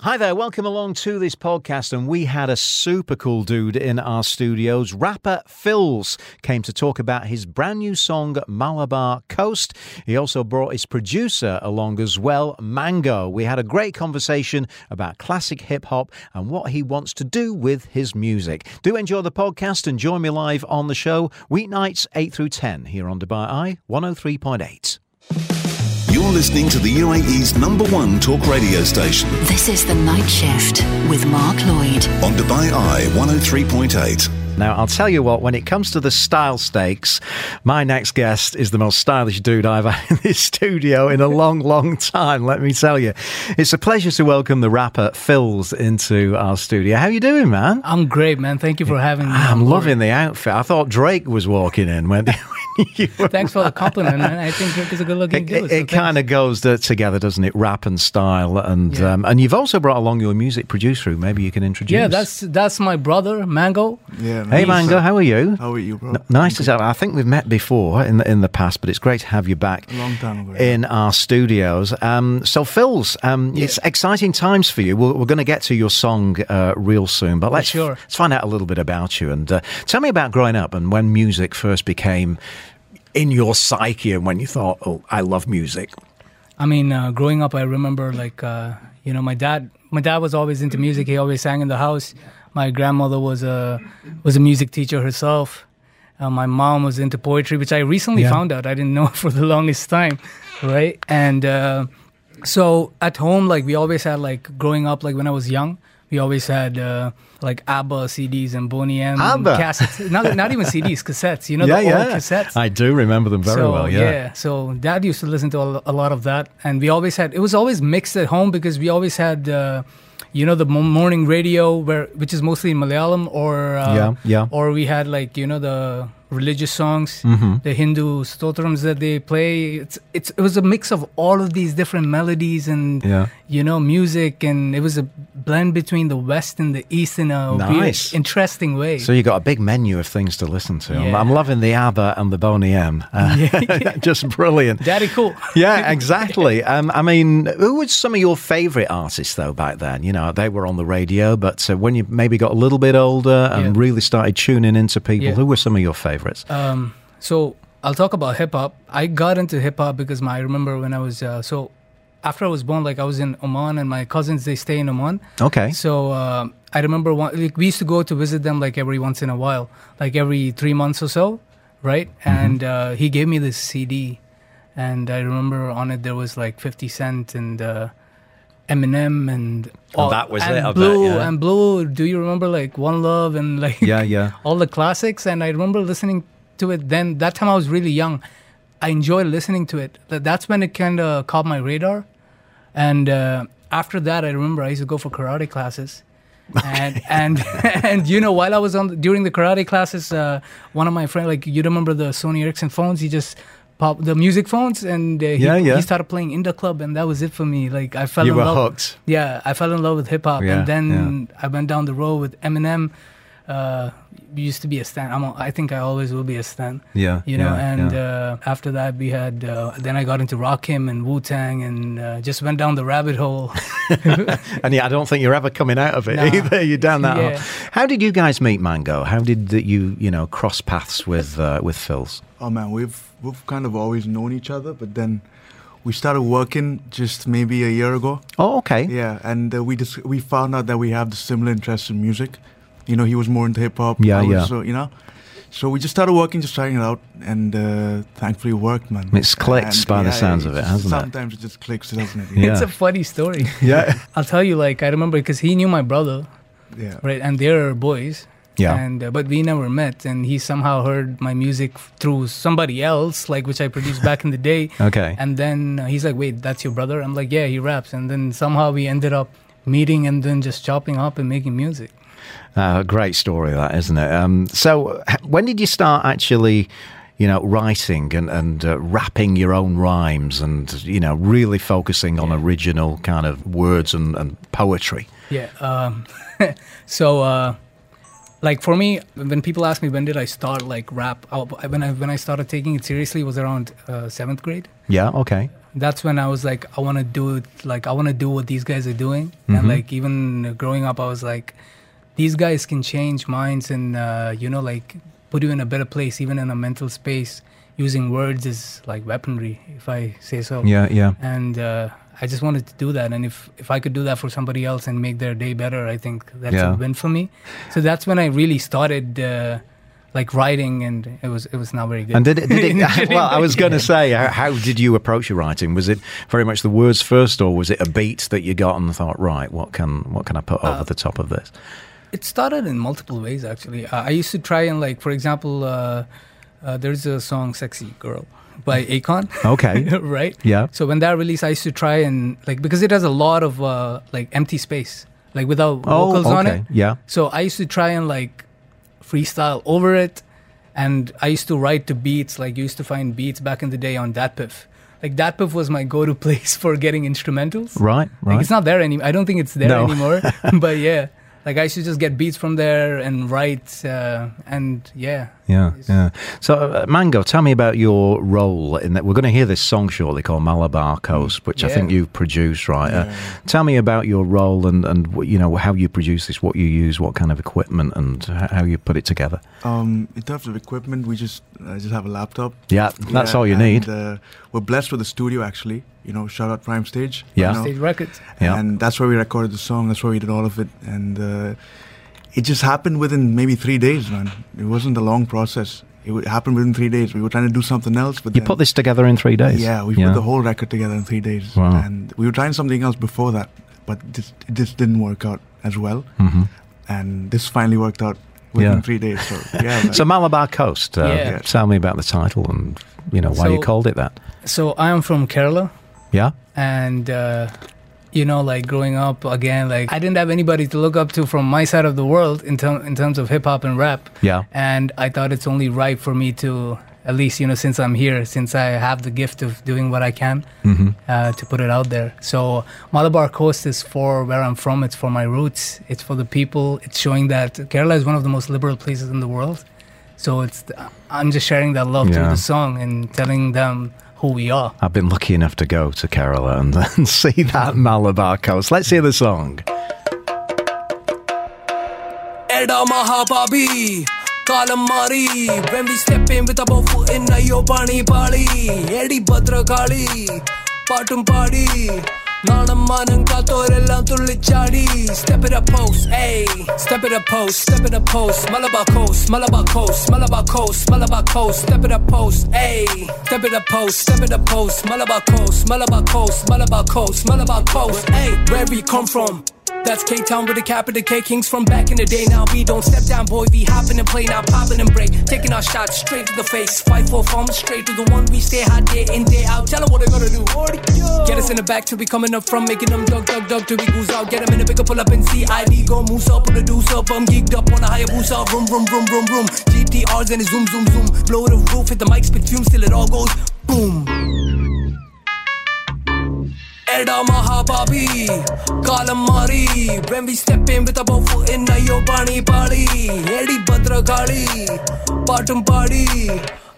Hi there, welcome along to this podcast. And we had a super cool dude in our studios. Rapper Phils came to talk about his brand new song, Malabar Coast. He also brought his producer along as well, Mango. We had a great conversation about classic hip hop and what he wants to do with his music. Do enjoy the podcast and join me live on the show, weeknights 8 through 10, here on Dubai Eye 103.8. You're listening to the UAE's number one talk radio station This is The Night Shift with Mark Lloyd. on Dubai Eye 103.8. Now, I'll tell you what, when it comes to the style stakes, my next guest is the most stylish dude I've had in this studio in a long, long time, let me tell you. It's a pleasure to welcome the rapper Phils into our studio. How you doing, man? I'm great, man. Thank you for having me. I'm on board. loving the outfit. I thought Drake was walking in when you were Thanks for the compliment, man. I think Drake is a good-looking It, dude. so kind of goes th- together, doesn't it? Rap and style, and um, and you've also brought along your music producer. Who maybe you can thanks. introduce. yeah, that's that's my brother Mango. Yeah. Hey, Mango, how are you? uh, How are you, bro? N- nice to have. I think we've met before in the in the past, but it's great to have you back. A long time ago, yeah. in our studios. Um, so, Phils, um, it's exciting times for you. We're, we're going to get to your song uh, real soon, but let's Sure. let's find out a little bit about you and uh, tell me about growing up and when music first became in your psyche and when you thought, "Oh, I love music." I mean, uh, growing up, I remember like uh, you know, my dad. My dad was always into music. He always sang in the house. My grandmother was a was a music teacher herself. Uh, my mom was into poetry, which I recently Yeah. found out. I didn't know for the longest time, right? And uh, so at home, like we always had like growing up, like when I was young, we always had uh, like ABBA CDs and Boney M and ABBA. cassettes. Not not even CDs, cassettes. You know the old cassettes I do remember them very well. Yeah. so dad used to listen to a, a lot of that, and we always had it was always mixed at home because we always had, uh, you know, the mo- morning radio where which is mostly in Malayalam or uh, Yeah, yeah. or we had like you know the religious songs, Mm-hmm. the Hindu stotrams that they play. It's it's it was a mix of all of these different melodies and Yeah. you know music, and it was a blend between the West and the East in a weird, Nice. interesting way. So you got a big menu of things to listen to. I'm, Yeah. I'm loving the ABBA and the Boney M. Uh, just brilliant. Daddy cool. yeah, exactly. Um, I mean, who were some of your favourite artists though back then? You know, they were on the radio, but uh, when you maybe got a little bit older and Yeah. really started tuning into people, Yeah. who were some of your favourites? Um, so I'll talk about hip hop. I got into hip hop because my I remember when I was uh, so after I was born, like I was in Oman and my cousins they stay in Oman. okay. So uh, I remember one, like, we used to go to visit them like every once in a while, like every three months or so, right? Mm-hmm. And uh, he gave me this CD, and I remember on it there was like Fifty Cent and. Uh, Eminem and all that was and it, I bet, Blue yeah. and Blue. Do you remember like One Love and like Yeah, yeah. all the classics and i remember listening to it then that time i was really young i enjoyed listening to it Th- that's when it kind of caught my radar and uh, after that i remember i used to go for karate classes and and and you know while i was on during the karate classes uh, one of my friends like you remember the sony ericsson phones he just popped the music phones and uh, he, Yeah, yeah. he started playing in the club and that was it for me like i fell You in were love hooked. yeah, I fell in love with hip hop, Yeah, and then I went down the road with Eminem. Uh, used to be a stan. I'm a, I think I always will be a stan. Yeah, you know. yeah, and yeah. Uh, after that, we had. Uh, then I got into Rakim and Wu Tang, and uh, just went down the rabbit hole. And yeah, I don't think you're ever coming out of it Nah. either. You're down that. Yeah. hole. How did you guys meet Mango? How did that you you know cross paths with uh, with Phils? Oh man, we've we've kind of always known each other, but then we started working just maybe a year ago. Oh, okay. Yeah, and uh, we just we found out that we have the similar interests in music. You know, he was more into hip hop. Yeah, I was, yeah. So you know, so we just started working, just trying it out, and uh, thankfully it worked, man. It's clicked And, by the sounds of it, just- hasn't it? Sometimes it just clicks, doesn't it? Yeah. it's a funny story. Yeah. I'll tell you. Like I remember because he knew my brother, yeah. right? And they're boys. Yeah. And uh, but we never met, and he somehow heard my music through somebody else, like which I produced back in the day. Okay. And then uh, he's like, "Wait, that's your brother?" I'm like, "Yeah, he raps." And then somehow we ended up meeting and then just chopping up and making music. Uh, great story, that isn't it? Um, so, h- when did you start actually, you know, writing and and uh, rapping your own rhymes and you know really focusing on original kind of words and, and poetry? Yeah. Um, so uh, like for me when people ask me when did i start like rap I- when i when i started taking it seriously was around uh, seventh grade Yeah, okay. that's when i was like i want to do it like i want to do what these guys are doing Mm-hmm. and like even growing up i was like these guys can change minds and uh, you know like put you in a better place even in a mental space using words is like weaponry if i say so Yeah, yeah. and uh, I just wanted to do that. And if if I could do that for somebody else and make their day better, I think that's Yeah. a win for me. So that's when I really started uh, like writing, and it was it was not very good. And did it, did it well, I was going to say, how, how did you approach your writing? Was it very much the words first, or was it a beat that you got and thought, right, what can what can I put Uh, over the top of this? It started in multiple ways, actually. Uh, I used to try and like, for example, uh, uh, there's a song "Sexy Girl" by Akon. Okay. right. Yeah. So when that released, I used to try and like because it has a lot of uh, like empty space, like without Oh, vocals on okay. it. Yeah. So I used to try and like freestyle over it, and I used to write to beats. Like used to find beats back in the day on Datpiff. Like Datpiff was my go-to place for getting instrumentals. Right, Like right. it's not there anymore. I don't think it's there No. anymore. but yeah, like I should just get beats from there and write. Uh, and yeah, Yeah, yeah. So, uh, Mango, tell me about your role in that. We're going to hear this song shortly called Malabar Coast, which I Yeah. think you've produced, right? Uh, tell me about your role and, and what- you know how you produce this, what you use, what kind of equipment, and h- how you put it together. Um, in terms of equipment, we just I just have a laptop. Yeah, that's Yeah, all you and, need. Uh, we're blessed with a studio, actually. You know, shout out Prime Stage. Yeah. you know. stage records. Yeah. And that's where we recorded the song. That's where we did all of it. And uh, it just happened within maybe three days, man. It wasn't a long process. It wa- happened within three days. We were trying to do something else, but You then, put this together in three days. Yeah, we put the whole record together in three days. Wow. And we were trying something else before that, but this, it just didn't work out as well. Mhm. And this finally worked out within Yeah. three days. So yeah, man. So Malabar Coast. Uh, Yeah. Tell me about the title and you know why you So- called it that. So I am from Kerala, Yeah. and uh, you know, like growing up again, like I didn't have anybody to look up to from my side of the world in term in terms of hip hop and rap. Yeah. And I thought it's only right for me to, at least you know, since I'm here, since I have the gift of doing what I can, Mm-hmm. uh, to put it out there. So Malabar Coast is for where I'm from. It's for my roots. It's for the people. It's showing that Kerala is one of the most liberal places in the world. So it's I'm just sharing that love Yeah. through the song and telling them who we are. I've been lucky enough to go to Kerala and, and see that Malabar Coast. Let's hear the song. Edda Mahababi. Kalamari, when we step in with our foot in Ayobani Bali, Eddie Badrakali, Patum Padi, Nanaman Katorella Tulichadi, step it up post, hey, step it up post, step it up post, Malabar Coast, Malabar Coast, Malabar Coast, Malabar Coast, step it up post, hey, step it up post, step it up post, Malabar Coast, Malabar Coast, Malabar Coast, Malabar Coast, hey, where we come from. That's K Town with a cap of the K Kings from back in the day. Now we don't step down, boy. We hopping and play, now popping and break. Taking our shots straight to the face. Fight for form straight to the one we stay hot day in, day out. Tell 'em what they're gonna do. Get us in the back till we coming up from making them dug, dug, dug till we goose out. Get 'em in the bigger pull up and see ID go moose up on the deuce up. I'm geeked up on a higher boost up. Room, room, room, room, room. GTRs and a zoom, zoom, zoom. Blow the roof, hit the mic, spit fumes till it all goes boom. Edda Mahababi, Kalamari. When we step in with our foot in Ayobani Bali, Eddie Badrakali, Patum Padi,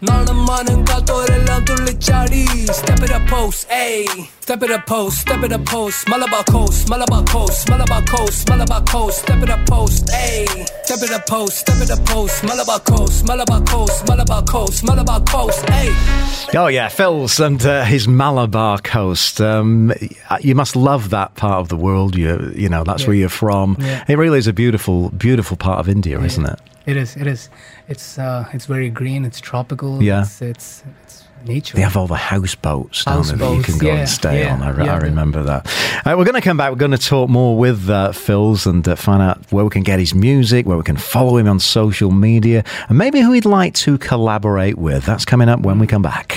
Nanamanan Katorella Tulichadi. Step it up post, ayy. Step it up post, step it up post. Malabar Coast, Malabar Coast, Malabar Coast, Malabar Coast. Step it up post, ayy. Step it up post, step it up post. Malabar Coast, Malabar Coast, Malabar Coast, Malabar Coast, ayy. Oh yeah, Phil's and uh, his Malabar coast. Um, you must love that part of the world. You you know that's Yeah. where you're from. Yeah. It really is a beautiful, beautiful part of India, isn't it? It is. It is. It's uh, it's very green. It's tropical. Yeah. It's it's, it's nature. They have all the houseboats down there that you can Houseboats, go yeah, and stay yeah, on. I, re- yeah. I remember that. Uh, we're going to come back. We're going to talk more with uh, Phil's and uh, find out where we can get his music, where we can follow him on social media, and maybe who he'd like to collaborate with. That's coming up when we come back.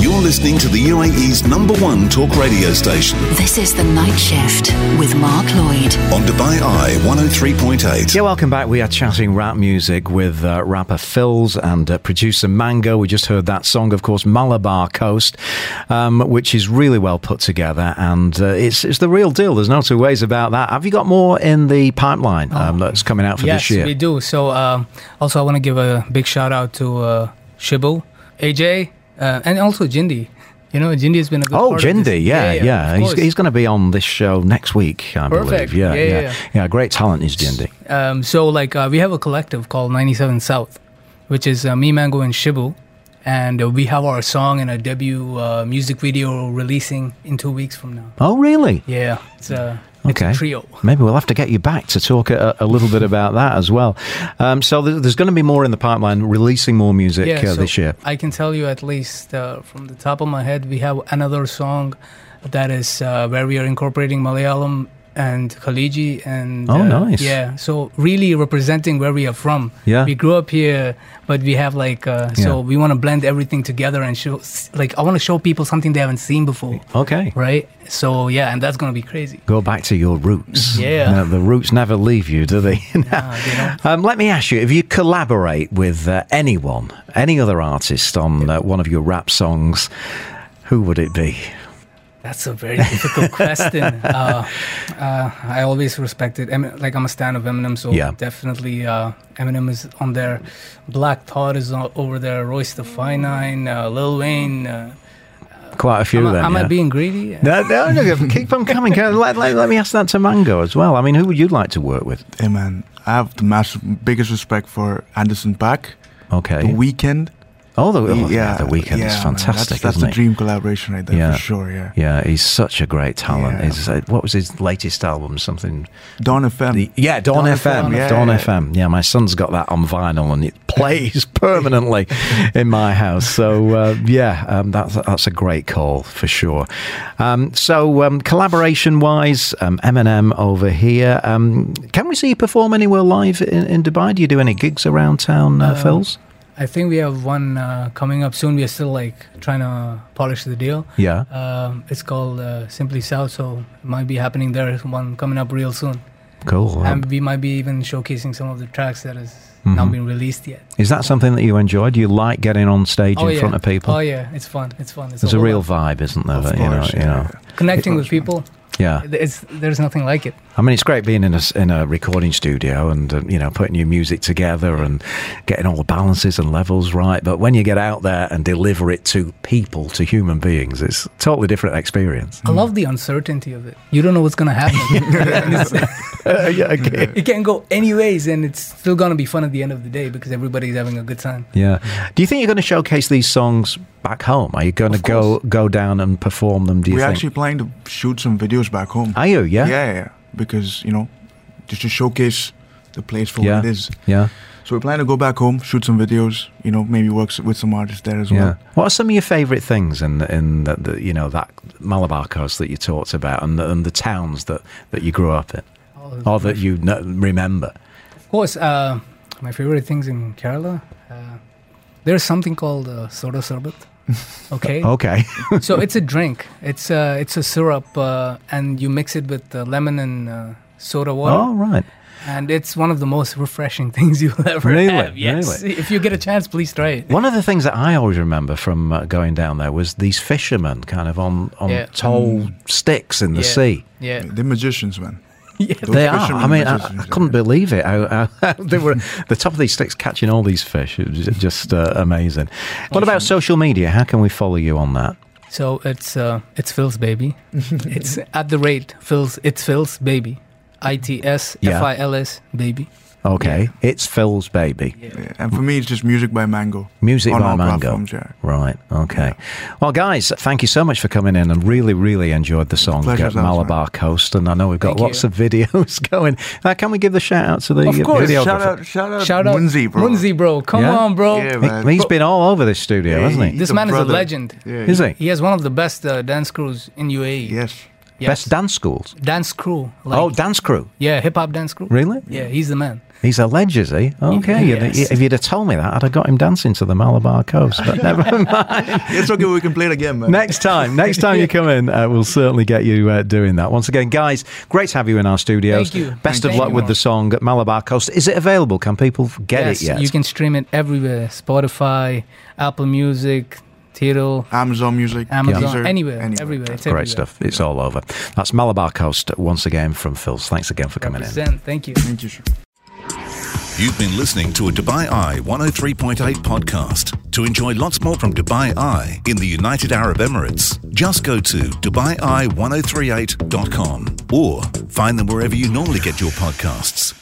You're You're listening to the UAE's number one talk radio station This is The Night Shift with Mark Lloyd. on Dubai oh I 103.8. Yeah, welcome back. We are chatting rap music with uh, rapper Phils and uh, producer Mango. We just heard that song, of course, Malabar Coast, um, which is really well put together, and uh, it's it's the real deal. There's no two ways about that. Have you got more in the pipeline um, that's coming out for Oh, yes, this year? we do. So um, also, I want to give a big shout out to uh, Shibu, AJ, uh, and also Jindy. You know, Jindy has been a good Oh, part of this. Jindy, yeah, yeah, of he's course. he's going to be on this show next week, I Perfect. believe. Yeah, Yeah, yeah, yeah, great talent is Jindy. Um, so like uh, we have a collective called 97 South, which is uh, me, Mango, and Shibu, and uh, we have our song and a debut uh, music video releasing in two weeks from now. Oh, really? Yeah, it's a, it's Okay. a trio. Maybe we'll have to get you back to talk a, a little bit about that as well. Um, so there's, there's going to be more in the pipeline, releasing more music uh, so this year. I can tell you at least uh, from the top of my head, we have another song that is uh, where we are incorporating Malayalam and Khaliji and Oh, uh, nice. yeah so really representing where we are from Yeah. we grew up here but we have like uh, so we want to blend everything together and show like i want to show people something they haven't seen before Okay. right so yeah and that's gonna be crazy Go back to your roots. Yeah. No, the roots never leave you, do they? they don't. um, let me ask you if you collaborate with uh, anyone, any other artist on uh, one of your rap songs, who would it be? That's a very difficult question. Uh, uh, I always respected, Emin- like I'm a stan of Eminem, so Yeah. definitely uh, Eminem is on there. Black Thought is o- over there. Royce the Finine, uh, Lil Wayne. Uh, Quite a few am I, then. am I yeah. being greedy? No, no, no, keep on coming. Can- Let, let, let me ask that to Mango as well. I mean, who would you like to work with? Hey man, I have the massive, biggest respect for Anderson Pack, Okay. The Weekend. oh, the, oh, yeah, the weekend is fantastic, that's that's isn't it? the dream collaboration right there Yeah. for sure. Yeah. Yeah, he's such a great talent. Yeah. He's, uh, what was his latest album? Something. Don FM. The- E yeah, Dawn, Dawn FM. FM, yeah, Dawn yeah. FM. Yeah, my son's got that on vinyl and it plays permanently in my house. So, uh, yeah, um, that's, that's a great call for sure. Um, so, um, collaboration wise, um, Eminem over here. Um, can we see you perform anywhere live in, in Dubai? Do you do any gigs around town, uh, Phils? I think we have one uh, coming up soon. We are still like trying to polish the deal. Yeah. Um, it's called uh, Simply South, so it might be happening there. One coming up real soon, Cool. Mm-hmm. Um, and we might be even showcasing some of the tracks that has not been released yet. is that something that you enjoy? Do you like getting on stage in yeah. front of people? Oh yeah, uh, it's fun. It's fun. It's There's a whole real lot. vibe, isn't there? Of that, you know, course, you know. connecting with people. Yeah. It's there's nothing like it. I mean, it's great being in a, s- in a recording studio and, uh, you know, putting your music together and getting all the balances and levels right. But when you get out there and deliver it to people, to human beings, it's a totally different experience. I love the uncertainty of it. You don't know what's gonna happen. And it's- yeah, okay. it can go any ways, and it's still gonna be fun at the end of the day because everybody's having a good time. Yeah. Do you think you're going to showcase these songs back home? Are you going to go, go down and perform them, do you We're think? actually planning to shoot some videos back home. Are you? Yeah. yeah, yeah, yeah. Because you know, just to showcase the place for Yeah. what it is. Yeah. So we plan to go back home, shoot some videos. You know, maybe work s- with some artists there as Yeah. well. What are some of your favourite things in the, in the, the, you know that Malabar coast that you talked about and the, and the towns that, that you grew up in, or that you kn- remember? Of course, uh, my favorite things in Kerala. Uh, there's something called uh, soda sorbet. Okay. Okay. so it's a drink. It's a it's a syrup, uh, and you mix it with uh, lemon and uh, soda water. All right. And it's one of the most refreshing things you'll ever Really? have. Yes. Really? If you get a chance, please try it. One of the things that I always remember from uh, going down there was these fishermen, kind of on on Yeah. tall Mm. sticks in the Yeah. sea. Yeah. They're magicians, man. Those They are. fishermen I mean, I, magicians, I couldn't believe it. I, I, they were the top of these sticks catching all these fish. It was just uh, amazing. What about social media? How can we follow you on that? So it's uh, it's Phil's baby. it's at the rate Phil's. It's Phil's baby. I T S Yeah. F I L S baby. Okay, it's Phil's baby. Yeah. And for me, it's just music by Mango. Music on by all Mango. platforms. Yeah. Right. Okay. Well, guys, thank you so much for coming in and really, really enjoyed the song pleasure's uh, ours, man. Malabar Coast. And I know we've got Thank lots of videos going. Uh, can we give the shout out to the Of uh, course, videographer? Shout out, shout out, Shout out Munzee, Uh, bro. Munzee, bro. Come Yeah? on, bro. Yeah, He- man. he's been all over this studio, Yeah, hasn't he- he? This He's a man is a brother. legend. Yeah, Is he? He has one of the best uh, dance crews in UAE. Yes. Yes. Best dance schools. dance crew. Like, oh, dance crew. yeah, hip hop dance crew. Really? Yeah, he's the man. He's a ledge, is he? Okay. you'd- Yes. If you'd have told me that, I'd have got him dancing to the Malabar coast. But never mind. It's okay. We can play it again, man. Next time, next time you come in, uh, we'll certainly get you uh, doing that. Once again, guys, great to have you in our studios. Thank you. Best Thank of luck you. with the song Malabar Coast. Is it available? Can people get yes, it yet? you can stream it everywhere: Spotify, Apple Music, Tidal, Amazon Music, Amazon, Deezer, anywhere, everywhere. It's everywhere. Great stuff. It's all over. That's Malabar Coast once again from Phil's. Thanks again for coming in. Represent. Thank you. Thank you. sir. You've been listening to a Dubai Eye 103.8 podcast. To enjoy lots more from Dubai Eye in the United Arab Emirates, just go to DubaiEye1038.com or find them wherever you normally get your podcasts.